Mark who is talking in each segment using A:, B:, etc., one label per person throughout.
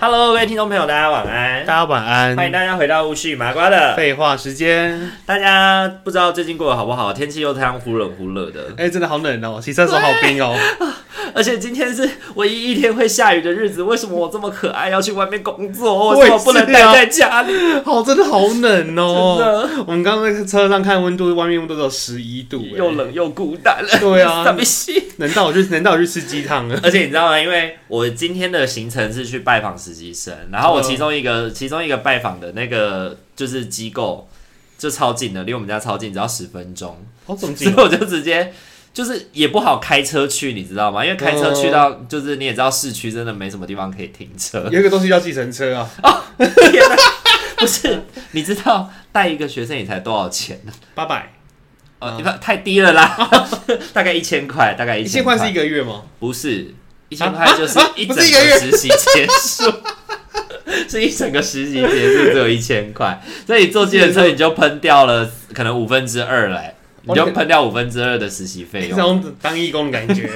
A: Hello，各位听众朋友，大家晚安
B: 大。家晚
A: 欢迎
B: 安。
A: 大家回到巫师与麻瓜的。
B: 废话时间，
A: 大家不知道最近过得好不好？天气又这样忽冷忽热的，
B: 哎、真的好冷哦，洗厕所好冰哦。
A: 而且今天是唯一一天会下雨的日子。为什么我这么可爱要去外面工作？
B: 我
A: 为什么
B: 也是
A: 不能待在家里？
B: 好，真的好冷哦。
A: 真的
B: 我们刚刚在车上看温度，外面温度只有十一度，哎
A: 又，冷又孤单了。
B: 对啊
A: 寂しい
B: 冷到我去，冷到我去吃鸡汤啊 了。
A: 而且你知道吗？因为我今天的行程是去拜访实习生，然后我其中一个、
B: 嗯
A: 其中一个拜访的那个就是机构就超近的，离我们家超近，只要十分钟，
B: 好总
A: 所以
B: 结，
A: 我就直接就是也不好开车去，你知道吗？因为开车去到、
B: 嗯
A: 就是你也知道市区真的没什么地方可以停 车。
B: 有一个东西叫计程车啊，
A: 天哪不是，你知道带一个学生也才多少钱呢？
B: 八百，
A: 呃，
B: 嗯
A: 你看太低了啦， 大概一千块，大概一
B: 一千
A: 千
B: 块是一个月吗？
A: 不是，一千
B: 啊
A: 块就是一整
B: 不是一个月
A: 实习结束， 是一整个实习结束只有一千块，所以你坐计程车你就喷掉了可能五分之二嘞，你
B: 哦
A: 就喷掉五分之二的实习费
B: 这
A: 用，
B: 种当义工的感 觉。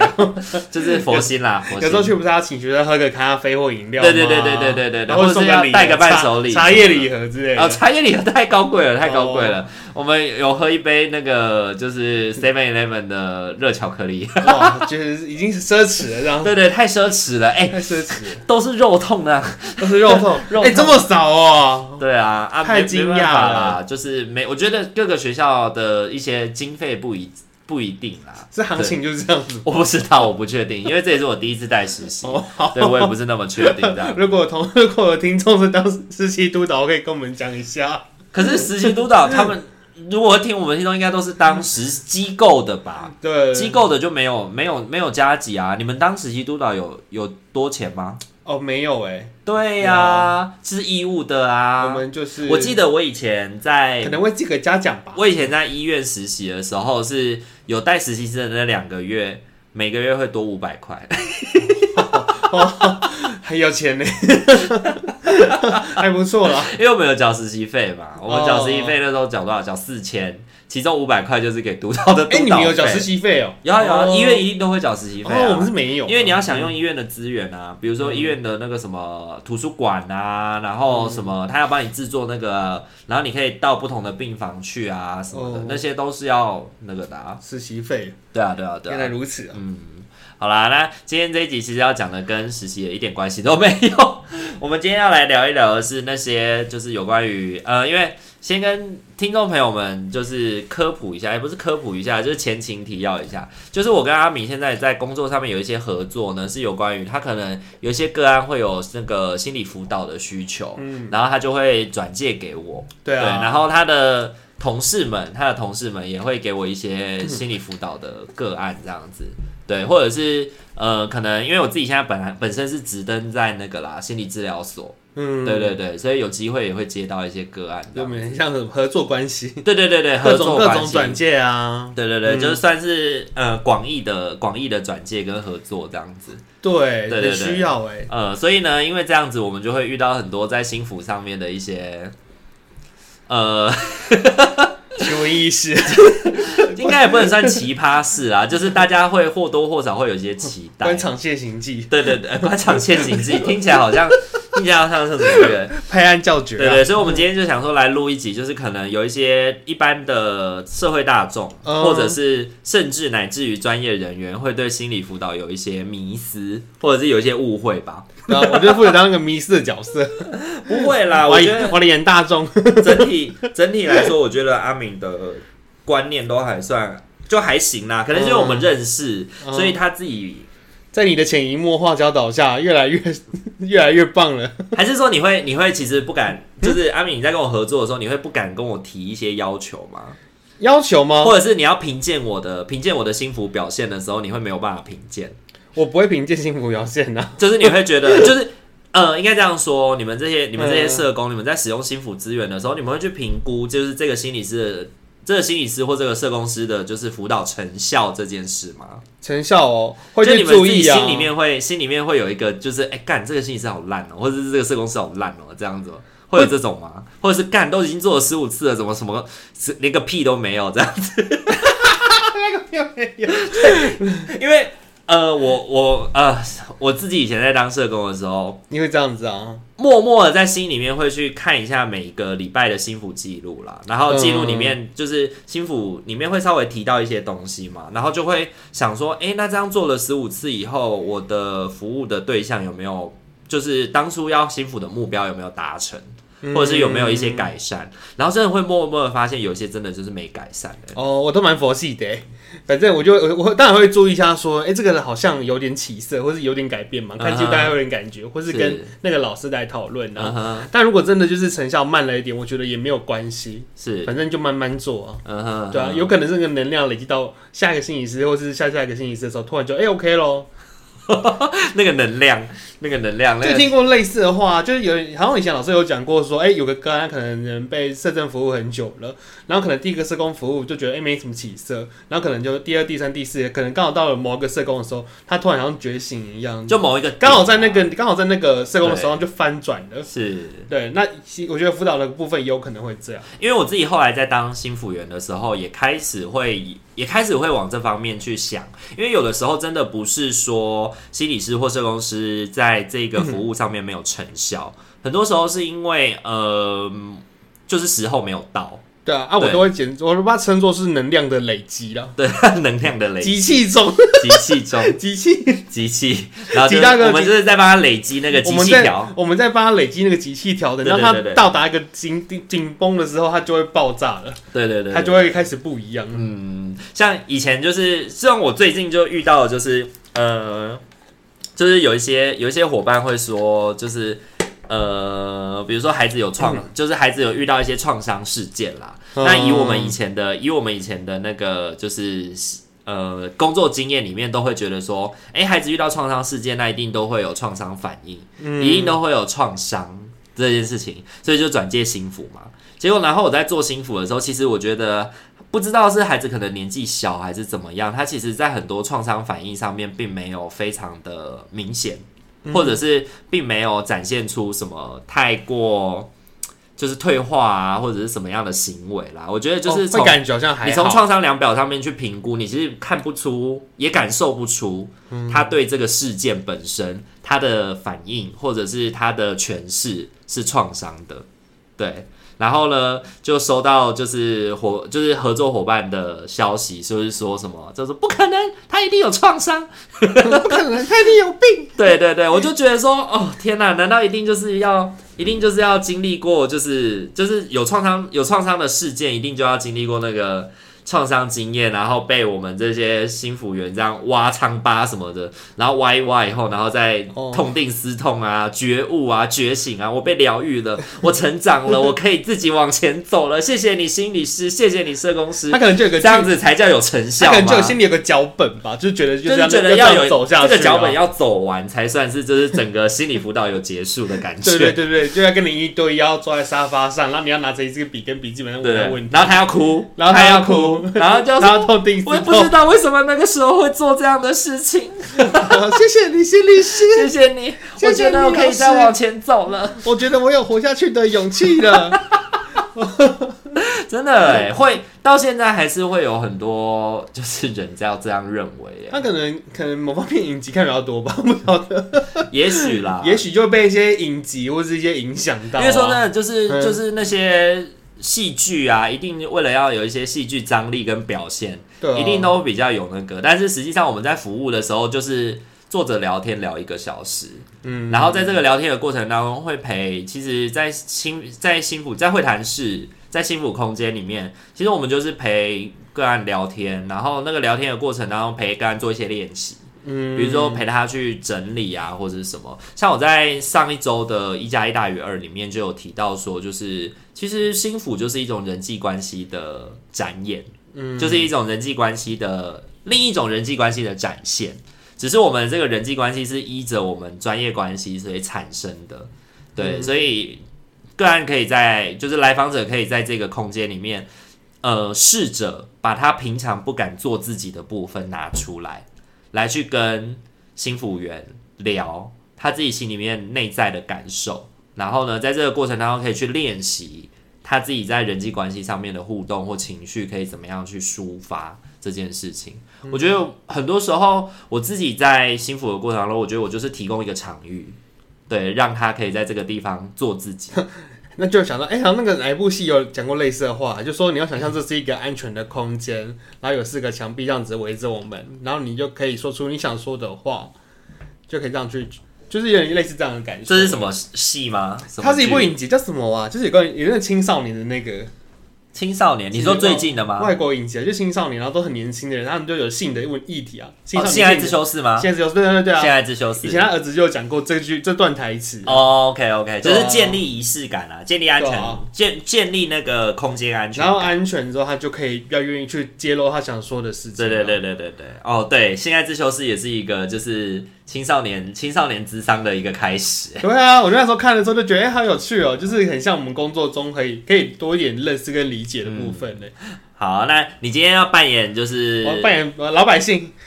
A: 就是佛心啦，佛
B: 有时候
A: 心。
B: 去不是要请学生喝个咖啡或饮料吗，
A: 对对对对对对对对
B: 然
A: 或
B: 后
A: 者是
B: 送
A: 要
B: 礼
A: 带个
B: 盒
A: 伴
B: 茶
A: 手礼
B: 茶叶礼盒之类
A: 啊，
B: 的。
A: 茶叶礼盒太高
B: 哦
A: 贵了，太高贵了。我们有喝一杯那个就是 Seven Eleven 的热巧克
B: 哦
A: 力，
B: 哇，就是已经是奢侈了，这 样
A: 对对，太奢侈了，哎、
B: 太奢侈了，
A: 都是肉痛的啊、
B: 都是肉痛，
A: 肉
B: 哎、
A: 痛
B: 这么少哦，
A: 对啊，啊
B: 太
A: 没
B: 惊
A: 没
B: 讶
A: 办法
B: 了
A: 啦，就是没，我觉得各个学校的一些经费不一不一定啦，
B: 这行情就是这样子。
A: 我不知道，我不确定，因为这也是我第一次带实习，
B: 哦，好。。
A: 对我也不是那么确定这样
B: 如果有同如果有听众是当实习督导，可以跟我们讲一下。
A: 可是实习督导他们如果听我们听众，应该都是当时机构的吧？
B: 对，
A: 机构的就没有没有没有加级啊！你们当实习督导有有多钱吗？
B: 哦没有哎、
A: 对呀、是义务的啊。
B: 我们就是
A: 我记得我以前在
B: 可能会寄给嘉奖吧。
A: 我以前在医院实习的时候，是有带实习生的那两个月，每个月会多五百块。 嗯
B: 还有钱呢，还不错啦。
A: 因为我们有缴实习费嘛，我们缴
B: 哦
A: 实习费那时候缴多少？缴四千，其中五百块就是给督导的督导
B: 哎、
A: 费。
B: 你们有缴实？习费哦？
A: 有啊有啊，
B: 哦
A: 医院一定都会缴实习费啊。
B: 哦，我们是没有，
A: 因为你要享用医院的资源啊，比如
B: 嗯
A: 说医院的那个什么图书馆啊，然后什
B: 嗯
A: 么他要帮你制作那个，然后你可以到不同的病房去啊什么的
B: 哦，
A: 那些都是要那个的啊。
B: 实习费，
A: 对啊对啊对
B: 原
A: 啊
B: 来。如此啊！
A: 嗯，好啦，那今天这一集其实要讲的跟实习也一点关系都没有。我们今天要来聊一聊的是那些就是有关于呃，因为先跟听众朋友们就是科普一下，也不是科普一下，就是前情提要一下，就是我跟阿米现在在工作上面有一些合作呢，是有关于他可能有一些个案会有那个心理辅导的需求，
B: 嗯，
A: 然后他就会转介给我，
B: 对啊，
A: 然后他的同事们，他的同事们也会给我一
B: 嗯
A: 些心理辅导的个案，这样子，对，或者是呃，可能因为我自己现在本来本身是直登在那个啦心理治疗所，
B: 嗯，
A: 对对对，所以有机会也会接到一些个案这
B: 有
A: 样，
B: 没有像什么合作关系？
A: 对对对对，合
B: 嗯各种
A: 作
B: 各
A: 关
B: 种
A: 系。
B: 转介啊，
A: 对对对，
B: 嗯
A: 就是算是呃广义的广义的转介跟合作这样子，
B: 对，
A: 对对
B: 很需要哎、
A: 呃，所以呢，因为这样子，我们就会遇到很多在心服上面的一些，呃，
B: 求文 意识，
A: 应该也不能算奇葩事啦， 就是大家会或多或少会有一些期待
B: 官。场现行记，
A: 对对对，呃官场陷阱记听起来好像 听起来好像是什么人？
B: 拍案叫绝、
A: 对
B: 啊，
A: 对，所以我们今天就想说来录一集，就是可能有一些一般的社会大众，
B: 嗯
A: 或者是甚至乃至于专业人员，会对心理辅导有一些迷思，或者是有一些误会吧？
B: 然后我就负责当一个迷失的角色，
A: 不会啦，
B: 我
A: 啊我觉
B: 演
A: 得
B: 我的演大众，
A: 整体整体来说，我觉得阿敏的观念都还算就还行啦，可能就是我们认识，
B: 嗯
A: 所以他自己
B: 在你的潜移默化教导下，越 来越越来越棒了。
A: 还是说你会你会其实不敢，就是阿敏你在跟我合作的时候，你会不敢跟我提一些要求吗？
B: 要求吗？
A: 或者是你要评鉴我的评鉴我的心服表现的时候，你会没有办法评鉴，
B: 我不会凭借幸福表现呐、啊。
A: 就是你会觉得就是。呃，应该这样说，你们这些你们这些
B: 嗯
A: 社工，你们在使用心辅资源的时候，你们会去评估，就是这个心理师的这个心理师或这个社工师的，就是辅导成效这件事吗？
B: 成效哦，会
A: 就你
B: 去
A: 们
B: 注
A: 自己
B: 意啊。
A: 心 里面会心里面会有一个，就是哎干、这个心理师好烂哦、或者是这个社工师好烂哦、这样子哦、会有这种吗？或者是干都已经做了十五次了，怎么什么是连个屁都没有这样？ 因为呃，我我呃，我自己以前在当社工的时候，
B: 你会这样子啊？
A: 默默的在心里面会去看一下每一个礼拜的心腹记录啦，然后记录里
B: 嗯
A: 面就是心腹里面会稍微提到一些东西嘛，然后就会想说，诶，那这样做了十五次以后，我的服务的对象有没有就是当初要心腹的目标有没有达成，
B: 嗯
A: 或者是有没有一些改善？然后真的会默默的发现，有些真的就是没改善的、
B: 哦，我都蛮佛系的欸，反正我就我我当然会注意一下，说，哎、这个人好像有点起色，或是有点改变嘛，看
A: 嗯哼
B: 就大家有点感觉，或是跟
A: 是
B: 那个老师来讨论
A: 嗯
B: 啊。
A: 哼，
B: 但如果真的就是成效慢了一点，我觉得也没有关系，
A: 是，
B: 反正就慢慢做啊。
A: 嗯哼，
B: 对啊，有可能这个能量累积到下一个心理师，或是下下一个心理师的时候，突然就哎、诶 OK 咯。
A: 那个能量，那个能量，那
B: 就
A: 个
B: 听过类似的话，就是有好像以前老师有讲过说，哎、有个个案可能人被社政服务很久了，然后可能第一个社工服务就觉得哎、没什么起色，然后可能就第二、第三、第四，可能刚好到了某一个社工的时候，他突然好像觉醒一样，
A: 就某一个
B: 刚好在
A: 点
B: 那
A: 啊
B: 个刚好在那个社工的手上就翻转了。
A: 是。
B: 对，那其我觉得辅导的部分也有可能会这样，
A: 因为我自己后来在当新辅员的时候，也开始会也开始会往这方面去想，因为有的时候真的不是说心理师或社工师在这
B: 嗯
A: 个服务上面没有成效，很多时候是因为呃，就是时候没有到，
B: 对啊，啊，我
A: 对
B: 都会简，我都把它称作是能量的累积了，
A: 对 能量的累积
B: 集气 中，
A: 器中
B: 集气，
A: 集气，然后就
B: 集到
A: 是
B: 一个
A: 我们就是在帮他累积那个
B: 我
A: 集
B: 们
A: 气
B: 在
A: 条，
B: 我们在帮他累积那个集气条的，
A: 对
B: 让他
A: 对对对
B: 到达一个紧紧绷的时候，它就会爆炸了。
A: 对对对对，
B: 它就会开始不一样了。
A: 嗯，像以前就是，像我最近就遇到，的就是呃，就是有一些有一些伙伴会说，就是呃，比如说孩子有创，就是孩子有遇到一些创伤事件啦。那以我们以前的，以我们以前的那个就是。呃，工作经验里面都会觉得说，哎、孩子遇到创伤事件，那一定都会有创伤反应，
B: 嗯
A: 一定都会有创伤这件事情，所以就转介心腹嘛。结果，然后我在做心腹的时候，其实我觉得不知道是孩子可能年纪小还是怎么样，他其实在很多创伤反应上面并没有非常的明显，
B: 嗯
A: 或者是并没有展现出什么太过就是退化啊，或者是什么样的行为啦。我觉得就是
B: 哦
A: 从、
B: 会感觉好像还好
A: 你从 创伤量表上面去评估，你其实看不出，也感受不出
B: 嗯
A: 他对这个事件本身他的反应，或者是他的诠释是创伤的，对。然后呢，就收到就是伙就是合作伙伴的消息，就是说什么，就是不可能，他一定有创伤。
B: 不可能，他一定有病。
A: 对对对，我就觉得说，哦天哪，难道一定就是要一定就是要经历过，就是就是有创伤有创伤的事件，一定就要经历过那个创伤经验，然后被我们这些新服员这样挖疮疤什么的，然后挖一挖以后，然后再
B: 哦
A: 痛定思痛啊，觉悟啊，觉醒啊，我被疗愈了，我成长 了，我可以自己往前走了，谢谢你心理师，谢谢你社工师
B: 他，可能就有个
A: 这样，子才叫有成效
B: 他
A: 嘛。
B: 可能就有心里有个脚本吧，就是觉得就
A: 就是是觉得
B: 要
A: 要有
B: 走下去啊，
A: 这个脚本要走完才算是，就是整个心理辅导有结束的感觉。
B: 对对对对，就要跟你一对一，要坐在沙发上，然后你要拿着一支笔跟笔记本上
A: 对
B: 问问题，
A: 然后他要哭，
B: 然后
A: 他
B: 他
A: 要
B: 要
A: 哭
B: 哭，
A: 然后就
B: 然
A: 说
B: 后痛定思
A: 我也不知
B: 痛。
A: 道为什么那个时候会做这样的事情，
B: 谢谢你，心理师，
A: 谢谢你，
B: 谢谢
A: 我觉得
B: 你
A: 我可以
B: 老师
A: 再往前走了。
B: 我觉得我有活下去的勇 气了。
A: 真的
B: 嗯
A: 哎、会到现在还是会有很多就是人要这样认为
B: 他可能可能某方面影集看比较多吧，不 晓得，
A: 哎，也许啦，
B: 也许就被一些影集或是一些影响到啊。
A: 因为说真的，就是
B: 嗯
A: 就是那些戏剧啊，一定为了要有一些戏剧张力跟表现，
B: 对啊，
A: 一定都比较有那个。但是实际上我们在服务的时候，就是坐着聊天聊一个小时，
B: 嗯，
A: 然后在这个聊天的过程当中，会陪其实在，新在新府在会谈室在新府空间里面，其实我们就是陪个案聊天，然后那个聊天的过程当中陪个案做一些练习。
B: 嗯，
A: 比如说陪他去整理啊，或者是什么。像我在上一周的一加一大于二里面就有提到说，就是其实心腹就是一种人际关系的展演，嗯，就是一种人际关系的另一种人际关系的展现。只是我们这个人际关系是依着我们专业关系所以产生的，对，
B: 嗯
A: 所以个案可以在就是来访者可以在这个空间里面，呃，试着把他平常不敢做自己的部分拿出来，来去跟新服务员聊他自己心里面内在的感受，然后呢，在这个过程当中可以去练习他自己在人际关系上面的互动或情绪可以怎么样去抒发这件事情。
B: 嗯
A: 我觉得很多时候我自己在幸福的过程当中，我觉得我就是提供一个场域，对，让他可以在这个地方做自己。
B: 那就想到，哎、好像那个哪一部戏有讲过类似的话，就说你要想象这是一个安全的空间，然后有四个墙壁这样子围着我们，然后你就可以说出你想说的话，就可以这样去，就是有点类似这样的感觉。
A: 这是什么戏吗？什么
B: 它是一部
A: 剧
B: 影集，叫什么啊？就是有个有那个青少年的那个
A: 青少年，你说最近的吗？哦
B: 外国影集啊，就青少年，然后都很年轻的人，他们就有性的问议题啊。
A: 哦，
B: 青少年
A: 性爱
B: 性
A: 之修士吗？
B: 现在只有对对对对
A: 性
B: 啊！
A: 爱之修
B: 以
A: 士
B: 前。他儿子就有讲过这句这段台词，
A: 哦，OK OK，就
B: 对啊
A: 是建立仪式感啊，建立安
B: 对
A: 全
B: 啊，
A: 建建立那个空间安全
B: 然后
A: 感。
B: 安全之后，他就可以比较愿意去揭露他想说的事情。啊
A: 对对，对对对对，哦对，性爱之修士也是一个就是青少年青少年智商的一个开始。
B: 对啊，我那时候看的时候就觉得，哎、好有趣哦，就是很像我们工作中可以可以多一点认识跟理解的部分呢。
A: 好，那你今天要扮演就是
B: 我扮演老百姓，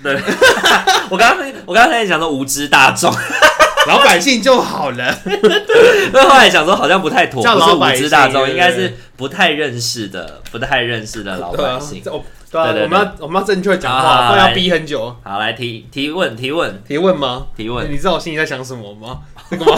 A: 我刚刚我刚才想说无知大众，
B: 老百姓就好了。
A: 但后来想说好像不太妥，
B: 叫
A: 不是
B: 老
A: 无
B: 百姓
A: 知大众，
B: 对
A: 应该是不太认识的、不太认识 的老
B: 对
A: 百
B: 啊
A: 姓。
B: 这我对啊，
A: 对对对啊
B: 我们要我们要正确讲
A: 好好
B: 话，不然
A: 来
B: 要逼很久。
A: 好，来提提问，提问，
B: 提问吗？
A: 提问。
B: 你知道我心里在想什么吗？这个吗？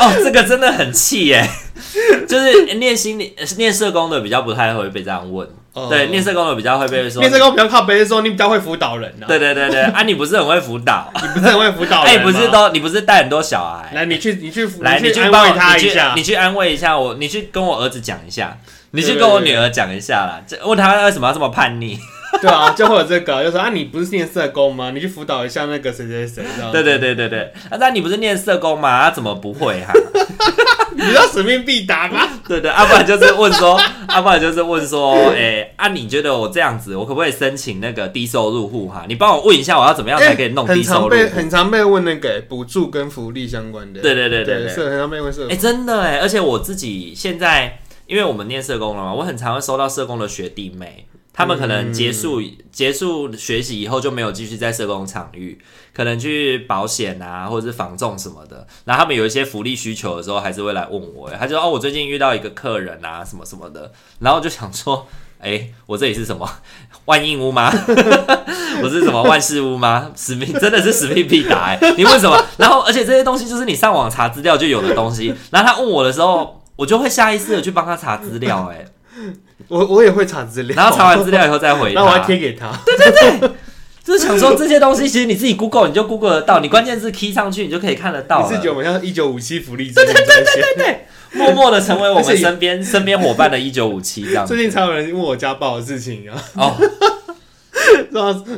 A: 哦，这个真的很气耶！ 就是念心理、念社工的比较不太会被这样问，
B: 哦
A: 对，念社工的比较会被说
B: 面，试工比较靠背的时候，你比较会辅导人呐、啊。
A: 对对对对，啊，你不是很会辅 导，
B: 你不是很会辅导人
A: 哎，
B: 吗
A: 不是都你不是带很多小孩，
B: 来，你去，你去，
A: 来，
B: 你
A: 你
B: 去
A: 去
B: 安
A: 帮我
B: 慰他
A: 你
B: 一
A: 去
B: 下
A: 你。去安慰一下我，你去跟我儿子讲一下，你去
B: 对
A: 跟我
B: 对对
A: 女儿讲一下啦，这问他为什么要这么叛逆？
B: 对啊，就会有这个，就说啊，你不是念社工吗？你去辅导一下那个谁谁谁，这样
A: 对对对对对，啊，那你不是念社工吗？啊、怎么不会哈、
B: 你知道使命必达吗？
A: 对对，啊，不然就是问说， 啊，不然就是问说，哎、啊，你觉得我这样子，我可不可以申请那个低收入户哈、你帮我问一下，我要怎么样才可以弄
B: 哎
A: 低
B: 很
A: 收
B: 常
A: 入
B: 被
A: 户？
B: 很常被问那个补助跟福利相关的。
A: 对对对对
B: 对
A: 对，
B: 是很常被问社
A: 哎、真的哎，而且我自己现在，因为我们念社工了嘛，我很常会收到社工的学弟妹，他们可能结束、结束学习以后就没有继续在社工场域，可能去保险啊，或者是防重什么的。然后他们有一些福利需求的时候，还是会来问我，哎他就说哦，我最近遇到一个客人啊，什么什么的，然后我就想说。哎、我这里是什么？ 万应屋吗？我是什么万事屋吗？ 使命真的是使命必达、欸，你问什么？然后而且这些东西就是你上网查资料就有的东西。然后他问我的时候，我就会下意识的去帮他查资料、欸，
B: 我我也会查资料，
A: 然后查 完资料以后再回
B: 然后我还
A: 他。
B: 贴给他。
A: 就是想说这些东西，其实你自己 Google 你就 Google 得到，你关键字 key 上去你就可以看得到
B: 你是觉得
A: 了。
B: 我们 像一九五七福利之类的东西？
A: 默默的成为我
B: 而且
A: 们身边身边伙伴的一九五七这样子
B: 最近才有人问我家暴的事情啊。
A: 哦，
B: 说他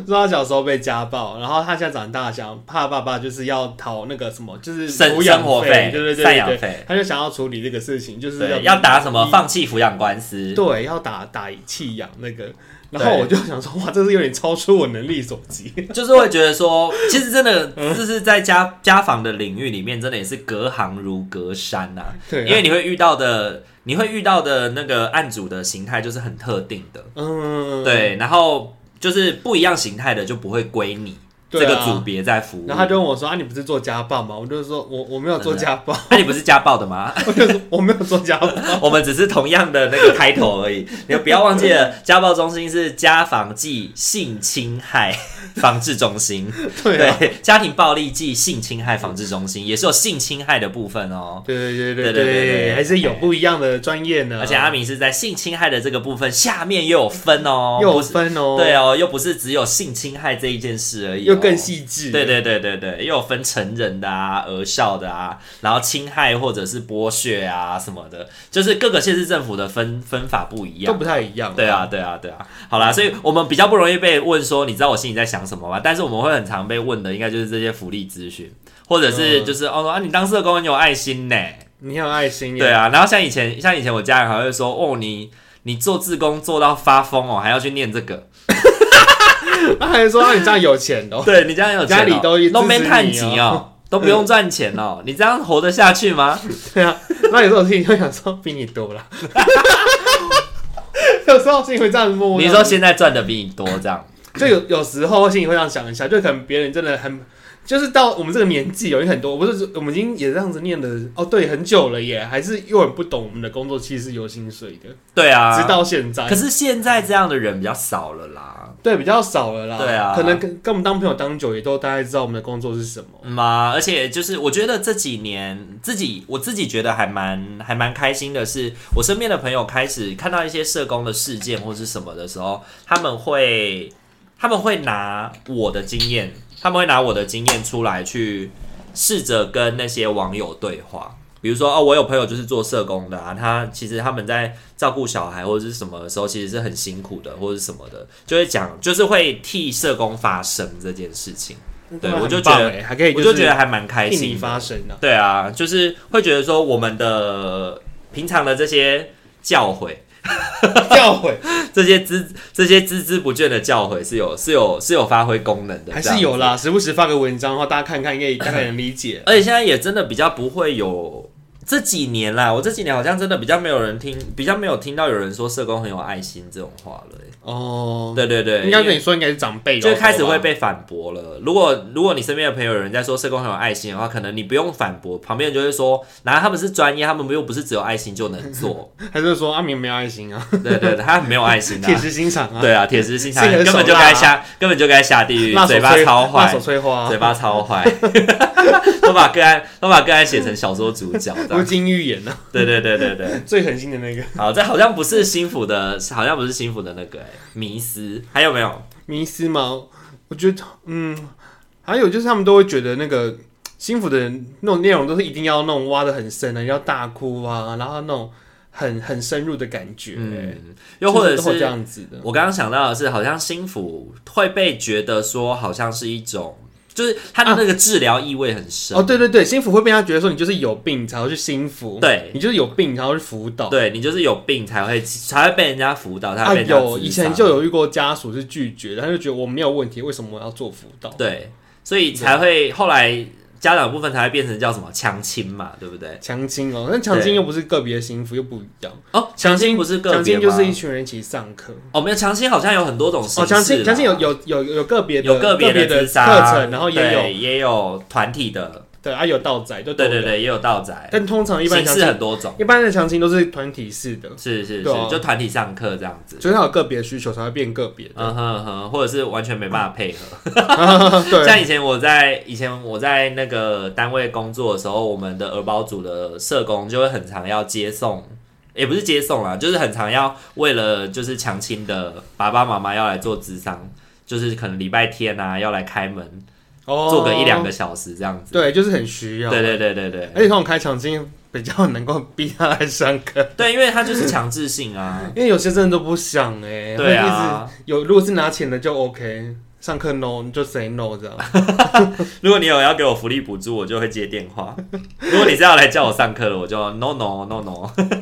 B: 说他小时候被家暴，然后他现在长大想怕爸爸就是要讨那个什么，就是
A: 生
B: 抚
A: 生
B: 养
A: 活
B: 费，对对对
A: 赡养
B: 对对，
A: 费，
B: 他就想要处理这个事情，就是
A: 对，要打什么放弃抚养官司，
B: 对，要打打弃养那个。然后我就想说，哇，这是有点超出我能力所及。
A: 就是会觉得说，其实真的就是在家家访的领域里面，真的也是隔行如隔山呐、
B: 对啊
A: 因为你会遇到的，你会遇到的那个案主的形态就是很特定的，
B: 嗯，。
A: 对，然后就是不一样形态的就不会归你、这
B: 对啊
A: 个组别在服务。
B: 然后他就问我说：“啊，你不是做家暴吗？”我就说：“我我没有做家暴，
A: 那、你不是家暴的 吗？
B: 我就说我没有做家暴。
A: 我们只是同样的那个开头而已，你不要忘记了，家暴中心是家防暨性侵害防治中心，”
B: 对啊，
A: 对，家庭暴力暨性侵害防治中心也是有性侵害的部分哦。
B: 对对对
A: 对对对对
B: 还是有不一样的专业呢。
A: 而且阿明是在性侵害的这个部分下面又有分哦，
B: 又有
A: 不是
B: 分哦，
A: 对，哦，又不是只有性侵害这一件事而已、哦
B: 又更。细致。
A: 对对对对对，又有分成人的啊、儿少的啊，然后侵害或者是剥削啊什么的，就是各个县市政府的分分法不一
B: 都
A: 样
B: 不。太一样。
A: 对啊，对啊，对啊，好啦，所以我们比较不容易被问说，你知道我心里在想什么吗？但是我们会很常被问的，应该就是这些福利资讯，或者是
B: 嗯
A: 就是、哦，啊，你当社工很有爱心呢、
B: 你很有爱心耶。
A: 对啊，然后像以前，像以前我家人还会说，哦，你你做志工做到发疯哦，还要去念这个，
B: 他还说啊你这样有钱 哦，
A: 对你这样有钱、哦，
B: 家里都一直
A: 都没
B: 支持
A: 探
B: 你
A: 钱 哦，都不用赚钱哦，你这样活得下去吗？
B: 对啊，那有时候我心里就想说比你多了， 有时候心里会这样默默地。
A: 你说现在赚的比你多这样，
B: 就有有时候心里会这样想一下，就可能别人真的很，就是到我们这个年纪，有很多，我不是我们已经也这样子念了，哦，对，很久了耶，还是又很不懂我们的工作其实是有薪水的，
A: 对啊，
B: 直到现在
A: 可，是现在这样的人比较少了啦，
B: 对，比较少了啦，
A: 对啊
B: 可能跟跟我们当朋友当久，也都大概知道我们的工作是什么，
A: 嗯嘛、而且就是我觉得这几年自己我自己觉得还蛮还蛮开心的是，我身边的朋友开始看到一些社工的事件或是什么的时候，他们会他们会拿我的经验，他们会拿我的经验出来去试着跟那些网友对话。比如说哦，我有朋友就是做社工的啊，他其实他们在照顾小孩或者是什么的时候，其实是很辛苦的，或者是什么的，就会讲，就是会替社工发声这件事情。对我就觉得
B: 很棒耶还可以，
A: 我就觉得还蛮开
B: 替你
A: 心的。
B: 发声 啊，
A: 对啊，就是会觉得说我们的平常的这些教诲，
B: 教诲
A: 这些孜这些孜孜不倦的教诲是有是有是有发挥功能的，
B: 还
A: 这样子。
B: 是有。啦，时不时发个文章的话，大家看看，应该也大概能理解
A: 而且现在也真的比较不会有这几年啦，我这几年好像真的比较没有人听，比较没有听到有人说社工很有爱心这种话了、欸
B: 哦，
A: 对对对，
B: 应该
A: 因为
B: 跟你说，应该是长辈摇头
A: 就
B: 吧，
A: 开始会被反驳了。如果如果你身边的朋友有人在说社工很有爱心的话，可能你不用反驳，旁边人就会说，然后他们是专业，他们又不是只有爱心就能 做。
B: 还是说阿明没有爱心啊，
A: 对 对对，他很没有爱 心的、
B: 铁石心肠啊，
A: 对啊，铁石心肠，
B: 这个
A: 根
B: 很
A: 本就
B: 手辣啊
A: 该下，根本就该下地狱
B: 辣，手
A: 嘴巴
B: 摧
A: 超
B: 辣手
A: 坏，
B: 摧花啊、
A: 嘴巴超坏，都把个案都把个案写成小说主角这
B: 吴
A: 样。
B: 金玉演的、
A: 对对对对对，
B: 啊最狠心的那个
A: 好，这好像不是新府的，好像不是新府的那个、欸、迷思，还有没有？
B: 迷失嘛，我觉得，嗯，还有就是他们都会觉得那个幸福的人那种内容都是一定要那种挖的很深的，要大哭啊，然后那种很很深入的感觉、欸
A: 嗯，又或者
B: 就是都会这
A: 是
B: 样子的，
A: 我刚刚想到的是，好像新府会被觉得说，好像是一种，就是他的那个治疗意味很深。
B: 哦，对对对，幸福会被他觉得说你就是有病才要去幸福，
A: 对
B: 你就是有病才要去辅导，
A: 对你就是有病才会才会被人家辅导，才
B: 啊，
A: 会被人家
B: 有
A: 咨
B: 以前
A: 商
B: 就有遇过家属是拒绝的，他就觉得我没有问题，为什么我要做辅导？
A: 对，所以才会后来家长的部分才会变成叫什么强亲嘛，对不对？
B: 强亲哦，但强
A: 对
B: 亲又不是个别的幸福，又不一样。
A: 哦，
B: 强
A: 亲
B: 亲
A: 不是个
B: 强
A: 别
B: 亲
A: 吗？
B: 就是一群人一起上课。
A: 哦，没有强亲好像有很多种形式
B: 哦，
A: 啦。
B: 强亲强亲有有有有个别的
A: 有个别
B: 别的
A: 自
B: 课
A: 杀
B: 程，然后也
A: 对
B: 有
A: 也有团体的，
B: 对啊有道仔，就
A: 对对
B: 都有。
A: 对，也有道宅，
B: 但通常一般
A: 形
B: 强
A: 式
B: 亲
A: 很多种，
B: 一般的强亲都是团体式的，
A: 是是是，
B: 对啊
A: 就团体上课这样子。
B: 就是要有个别需求才会变个别的。
A: 嗯哼哼，或者是完全没办法配合。
B: 对，
A: 像以前我在以前我在那个单位工作的时候，我们的儿保组的社工就会很常要接送，也不是接送啦，就是很常要为了就是强亲的爸爸妈妈要来做咨商，就是可能礼拜天啊要来开门，
B: 哦，
A: 做个一两个，小时这样子。
B: 对，啊哎就是很需要。
A: 对对对对对
B: 而且通常开强亲比较能够逼他来上课。
A: 对，因为他就是强制性啊。
B: 因为有些真的都不想哎、欸，
A: 对啊
B: 会一直有如果是拿钱的就 OK，上课 no 你就 say no 这样，
A: 如果你有要给我福利补助，我就会接电话；如果你是要来叫我上课的，我就 no no no no。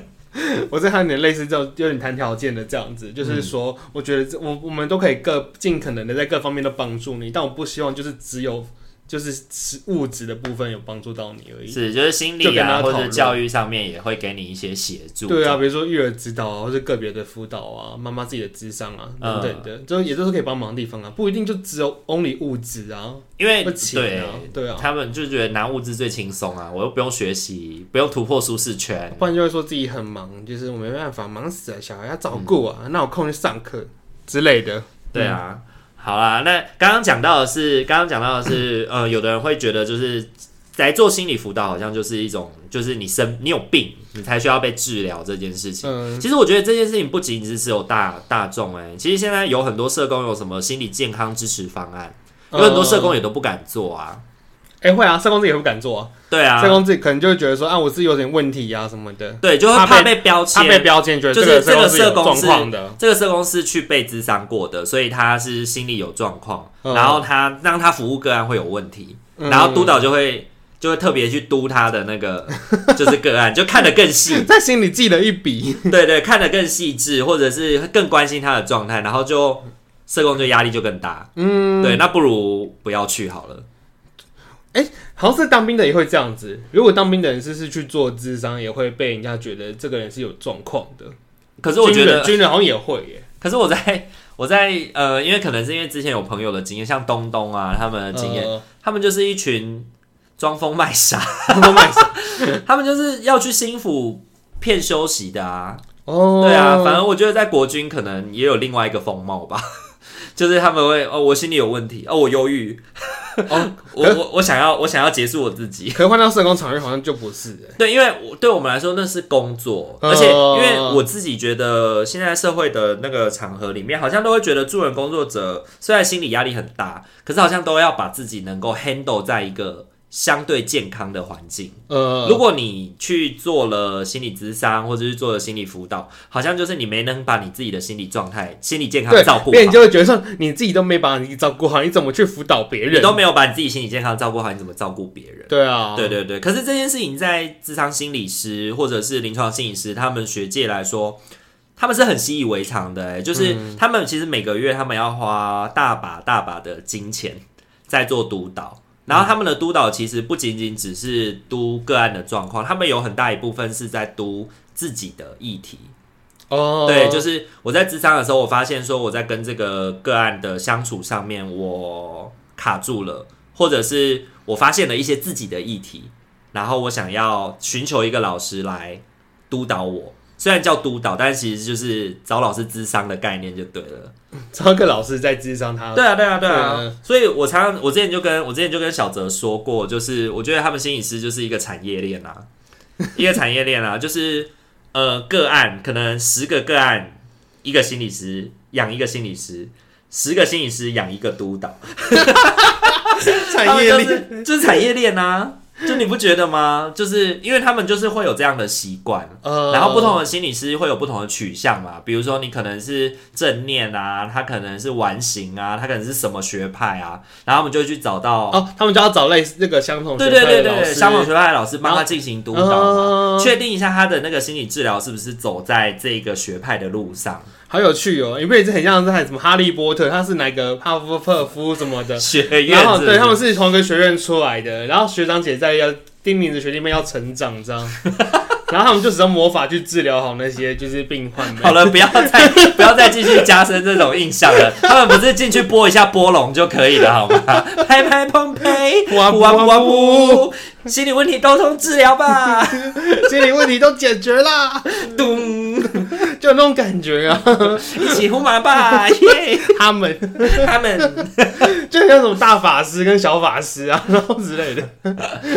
B: 我在还有点类似这种有点谈条件的这样子，就是说，我觉得这我我们都可以各尽可能的在各方面都帮助你，但我不希望就是只有就是实物质的部分有帮助到你而已。
A: 是，就是心
B: 就
A: 理
B: 跟他
A: 啊，或者
B: 讨论
A: 教育上面也会给你一些协助。
B: 对啊，比如说育儿指导啊，或者个别的辅导啊，妈妈自己的智商啊等等的，就也都是可以帮忙的地方啊，不一定就只有 only 物质啊，
A: 因为
B: 或钱啊，对啊，
A: 他们就觉得拿物资最轻松啊，我又不用学习，不用突破舒适圈。
B: 不然就会说自己很忙，就是我没办法，忙死了，小孩要照顾啊，那有空去上课之类的。
A: 对啊，
B: 嗯
A: 好啦，那刚刚讲到的是，刚刚讲到的是，呃，有的人会觉得就是来做心理辅导，好像就是一种，就是你生你有病，你才需要被治疗这件事情。
B: 嗯，
A: 其实我觉得这件事情不仅仅是只有大大众哎、其实现在有很多社工有什么心理健康支持方案，有
B: 嗯
A: 很多社工也都不敢做啊。
B: 哎、会啊，社工自己也不敢做
A: 对
B: 啊，
A: 啊
B: 社，工自己可能就会觉得说啊，我自己有点问题啊什么的，
A: 对，就会
B: 怕
A: 怕
B: 被
A: 被标
B: 他
A: 签，
B: 被标签，觉得
A: 就是
B: 社
A: 这个
B: 工是有
A: 社工
B: 状
A: 是
B: 况的，
A: 这个社工是去被咨商过的，所以他是心理有状况，
B: 嗯
A: 然后他让他服务个案会有问题，
B: 嗯
A: 然后督导就会就会特别去督他的那 个就是个案，就看得更细，
B: 在心里记了一笔，
A: 对对，看得更细致，或者是更关心他的状态，然后就社工就压力就更大。嗯，对，那不如不要去好了。
B: 好像是当兵的也会这样子。如果当兵的人是是去做智商，也会被人家觉得这个人是有状况的。
A: 可是我觉
B: 军
A: 得
B: 人军人好像也会耶。
A: 可是我在我在呃，因为可能是因为之前有朋友的经验，像东东啊他们的经验，
B: 呃
A: 他们就是一群装疯卖傻，
B: 都卖 身
A: 他们就是要去新府骗休息的啊。
B: 哦，
A: 对啊，反正我觉得在国军可能也有另外一个风貌吧， 就是他们会哦，我心里有问题，哦，我忧郁，
B: 哦，
A: 我我我想要我想要结束我自己。
B: 可是换到社工场域好像就不是耶。
A: 对，因为我对我们来说那是工作，
B: 嗯
A: 而且因为我自己觉得现在社会的那个场合里面，好像都会觉得助人工作者虽然心理压力很大，可是好像都要把自己能够 handle 在一个相对健康的环境。
B: 呃，
A: 如果你去做了心理咨商，或者是做了心理辅导，好像就是你没能把你自己的心理状态、心理健康
B: 对
A: 照顾
B: 别人
A: 好，
B: 就会觉得说你自己都没把你照顾好，你怎么去辅导别
A: 你
B: 人？
A: 都没有把你自己心理健康照顾好，你怎么照顾别人？
B: 对啊，
A: 对对对，可是这件事情在智商心理师或者是临床心理师他们学界来说，他们是很习以为常的、欸，就是他们其实每个月他们要花大把大把的金钱在做督导。然后他们的督导其实不仅仅只是督个案的状况，他们有很大一部分是在督自己的议题。
B: 哦，
A: 对，就是是我在智商的时候，我发现说我在跟这个个案的相处上面，我卡住了，或者是我发现了一些自己的议题，然后我想要寻求一个老师来督导我。虽然叫督导，但其实就是找老师智商的概念就对了。
B: 找一个老师在智商他，
A: 对啊，对啊，对啊
B: 嗯。
A: 所以我常常，我之前就跟我之前就跟小泽说过，就是我觉得他们心理师就是一个产业链啊，一个产业链啊，就是呃个案可能十个个案，一个心理师养一个心理师，十个心理师养一个督导，
B: 产业
A: 他
B: 力，
A: 们就是就是产业链啊，就你不觉得吗？就是因为他们就是会有这样的习惯，
B: 呃，
A: 然后不同的心理师会有不同的取向嘛，比如说你可能是正念啊，他可能是完形啊，他可能是什么学派啊，然后我们就去找到，
B: 哦，他们就要找类似那个相同
A: 对
B: 学
A: 对
B: 派
A: 对
B: 的
A: 对
B: 老
A: 对，
B: 师，
A: 香港学派的老师帮他进行督导嘛，
B: 嗯
A: 确定一下他的那个心理治疗是不是走在这个学派的路上，
B: 好有趣哦！因为这很像是什么哈利波特，他是哪个帕夫特夫什么的，
A: 学院
B: 然后
A: 是
B: 对他们是同一个学院出来的，然后学长姐在要叮咛着学弟妹要成长这样， 然后他们就只用魔法去治疗好那些就是病 患们。
A: 好了，不要再不要再继续加深这种印象了。他们不是进去拨一下波龙就可以了，好吗？拍拍碰杯，
B: 哇
A: 哇
B: 哇
A: 哇呜，心理问题沟通治疗吧。
B: 心理问题都解决啦，
A: 咚，
B: 就有那种感觉啊。
A: 一起呼麻 吧，耶！
B: 他们
A: 他们
B: 就很像什么大法师跟小法师啊，然后之类的。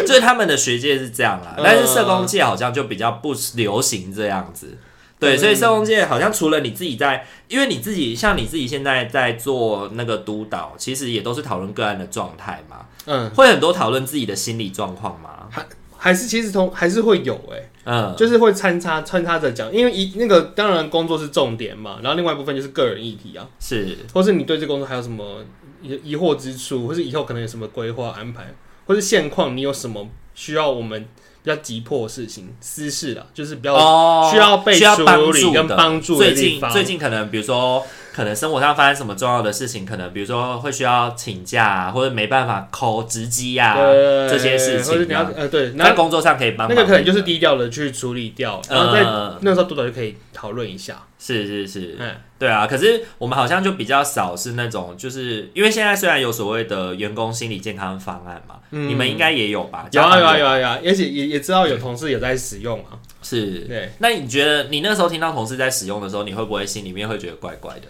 A: 就是他们的学界是这样啦，
B: 嗯
A: 但是社工界好像就比较不流行这样子。对，
B: 嗯
A: 所以社工界好像除了你自己在，因为你自己像你自己现在在做那个督导，其实也都是讨论个案的状态嘛，
B: 嗯，
A: 会很多讨论自己的心理状况嘛。
B: 还是其实同还是会有哎、
A: 嗯，
B: 就是会穿插穿插着讲，因为一那个当然工作是重点嘛，然后另外一部分就是个人议题啊，
A: 是
B: 或是你对这工作还有什么疑疑惑之处，或是以后可能有什么规划安排，或是现况你有什么需要我们比较急迫的事情私事啊，就是比较、
A: 哦
B: 需要被
A: 需要帮
B: 处理
A: 助
B: 跟
A: 的
B: 帮助的
A: 最
B: 地
A: 近
B: 方
A: 最近可能比如说，可能生活上发生什么重要的事情，可能比如说会需要请假、啊，或者没办法扣直击啊
B: 呃
A: 这些事
B: 或是
A: 情
B: 你要
A: 啊、
B: 呃对，
A: 在
B: 那
A: 工作上可以帮忙
B: 那个可能就是低调的去处理掉，然后在
A: 呃
B: 那时候督导就可以讨论一下，
A: 是是是，
B: 嗯，
A: 对啊。可是我们好像就比较少是那种，就是因为现在虽然有所谓的员工心理健康方案嘛，
B: 嗯
A: 你们应该也有吧？
B: 有
A: 家
B: 啊
A: 长
B: 有啊有啊有啊，而且也也知道有同事也在使用啊，
A: 是。
B: 对。
A: 那你觉得你那时候听到同事在使用的时候，你会不会心里面会觉得怪怪的？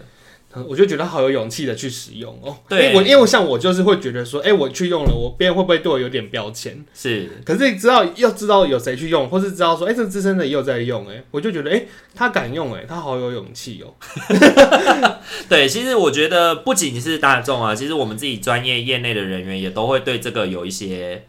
B: 我就觉得好有勇气的去使用哦。
A: 对
B: 因为我因为我像我就是会觉得说，哎、我去用了，我别人会不会对我有点标签？
A: 是
B: 可是知道要知道有谁去用，或是知道说，哎、这资深的也有在用、哎，我就觉得，哎、他敢用、哎，他好有勇气哦。
A: 对，其实我觉得不仅是大众啊，其实我们自己专业业内的人员也都会对这个有一些